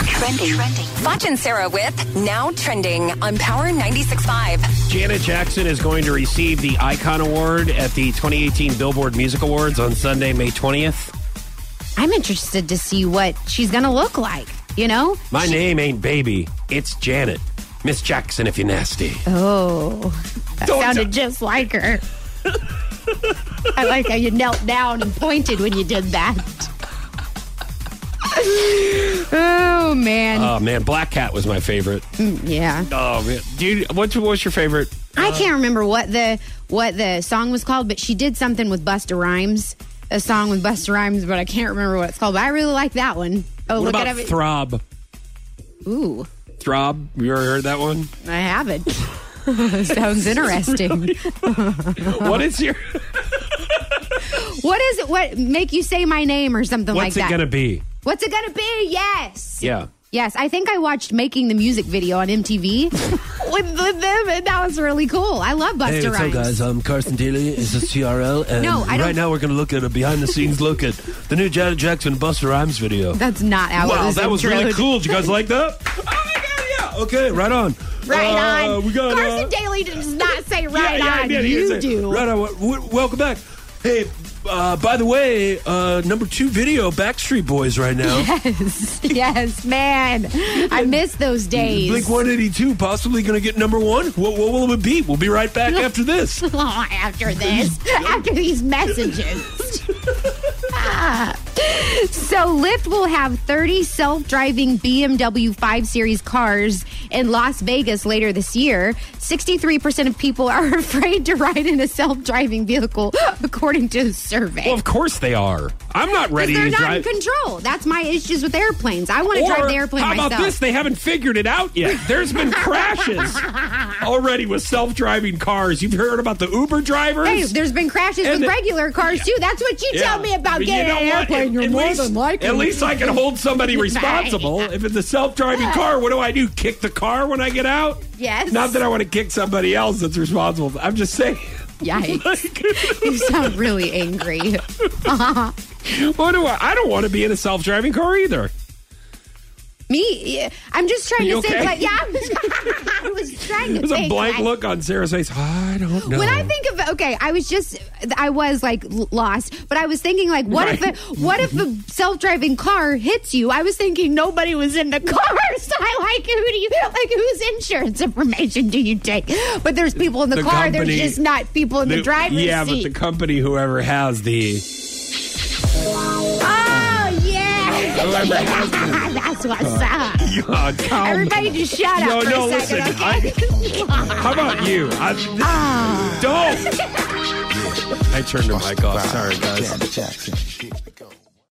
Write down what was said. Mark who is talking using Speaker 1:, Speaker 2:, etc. Speaker 1: Trending. Trending. Foch and Sarah with Now Trending on Power 96.5.
Speaker 2: Janet Jackson is going to receive the Icon Award at the 2018 Billboard Music Awards on Sunday, May 20th.
Speaker 3: I'm interested to see what she's going to look like, you know?
Speaker 2: My name ain't Baby, it's Janet. Miss Jackson, if you're nasty.
Speaker 3: Oh, that
Speaker 2: Don't
Speaker 3: sounded just like her. I like how you knelt down and pointed when you did that. oh, man.
Speaker 2: Oh man, Black Cat was my favorite.
Speaker 3: yeah.
Speaker 2: Oh man, do you, what's what's your favorite?
Speaker 3: I can't remember what the what the song was called, but she did something with Busta Rhymes, a song with Busta Rhymes, but I can't remember what it's called. But I really like that one. Oh,
Speaker 2: What
Speaker 3: look
Speaker 2: about
Speaker 3: at it.
Speaker 2: Throb?
Speaker 3: Ooh,
Speaker 2: Throb, you ever heard that one?
Speaker 3: I haven't. Sounds interesting. Uh-huh.
Speaker 2: what is your?
Speaker 3: What is it? What make you say my name or something like
Speaker 2: What's
Speaker 3: that?
Speaker 2: it gonna be?
Speaker 3: What's it gonna be? Yes.
Speaker 2: Yeah.
Speaker 3: Yes, I think I watched making the music video on MTV with, with them, and that was really cool. I love Buster
Speaker 4: Hey, what's up,
Speaker 3: Rhymes.
Speaker 4: guys? I'm Carson Daly. This is TRL, and
Speaker 3: No, I don't-
Speaker 4: right now we're going to look at a behind-the-scenes look at the new Janet Jackson Buster Rhymes video.
Speaker 3: That's not how it
Speaker 2: Wow,
Speaker 3: was
Speaker 2: that was really
Speaker 3: introed.
Speaker 2: cool. Did you guys like that?
Speaker 4: Oh my God! Yeah. Okay, right on.
Speaker 3: Right
Speaker 4: Uh,
Speaker 3: on.
Speaker 4: We got
Speaker 3: Carson
Speaker 4: uh,
Speaker 3: Daly does not say
Speaker 2: Yeah,
Speaker 3: right
Speaker 2: yeah, I
Speaker 3: on.
Speaker 2: did. He
Speaker 3: you
Speaker 2: said-
Speaker 3: do.
Speaker 4: Right on. W- w- welcome back. Hey, uh, by the way, uh, number two video, Backstreet Boys, right now.
Speaker 3: Yes, yes, man. I miss those days.
Speaker 4: Blink 182 possibly going to get number one. What, what will it be? We'll be right back after this.
Speaker 3: after this, after these messages. Ah. so, Lyft will have 30 self driving BMW 5 Series cars in Las Vegas later this year. 63% of people are afraid to ride in a self driving vehicle, according to the survey.
Speaker 2: Well, of course they are. I'm not ready
Speaker 3: because they're
Speaker 2: to
Speaker 3: not
Speaker 2: drive.
Speaker 3: in control. That's my issues with airplanes. I want to
Speaker 2: Or,
Speaker 3: drive the airplane
Speaker 2: how about
Speaker 3: myself.
Speaker 2: this? They haven't figured it out yet. There's been crashes already with self-driving cars. You've heard about the Uber drivers.
Speaker 3: Hey, there's been crashes
Speaker 2: And
Speaker 3: with
Speaker 2: the-
Speaker 3: regular cars too. That's what you
Speaker 2: Yeah.
Speaker 3: tell me about
Speaker 2: But
Speaker 3: getting
Speaker 2: you know
Speaker 3: an
Speaker 2: what?
Speaker 3: airplane.
Speaker 2: At-
Speaker 3: You're
Speaker 2: at
Speaker 3: more
Speaker 2: least,
Speaker 3: than likely.
Speaker 2: At least I can hold somebody responsible. If it's a self-driving car, what do I do? Kick the car when I get out?
Speaker 3: Yes.
Speaker 2: Not that I want to kick somebody else that's responsible. I'm just saying.
Speaker 3: Yikes!
Speaker 2: Like,
Speaker 3: you sound really angry.
Speaker 2: what do I? I don't want to be in a self-driving car either.
Speaker 3: me, yeah, I'm just trying
Speaker 2: You
Speaker 3: to think.
Speaker 2: okay?
Speaker 3: Like, yeah, I'm, I was trying to
Speaker 2: There's a
Speaker 3: think.
Speaker 2: blank
Speaker 3: like-
Speaker 2: look on Sarah's face. I don't know.
Speaker 3: When I think of okay, I was just I was like l- lost, but I was thinking like, what
Speaker 2: Right.
Speaker 3: if a, what if a self driving car hits you? I was thinking nobody was in the car, so I like who do you like whose insurance information do you take? But there's people in the,
Speaker 2: The
Speaker 3: car.
Speaker 2: company-
Speaker 3: there's just not people in the, driver's
Speaker 2: yeah,
Speaker 3: seat.
Speaker 2: but the company, whoever has the
Speaker 3: oh yeah,
Speaker 2: whoever has the
Speaker 3: that's what's up.
Speaker 2: uh, calm.
Speaker 3: Everybody just shut
Speaker 2: No,
Speaker 3: up for
Speaker 2: no,
Speaker 3: a second,
Speaker 2: listen,
Speaker 3: okay?
Speaker 2: How about you? I, don't. I turned the mic off. Sorry, guys.
Speaker 5: Janet Jackson.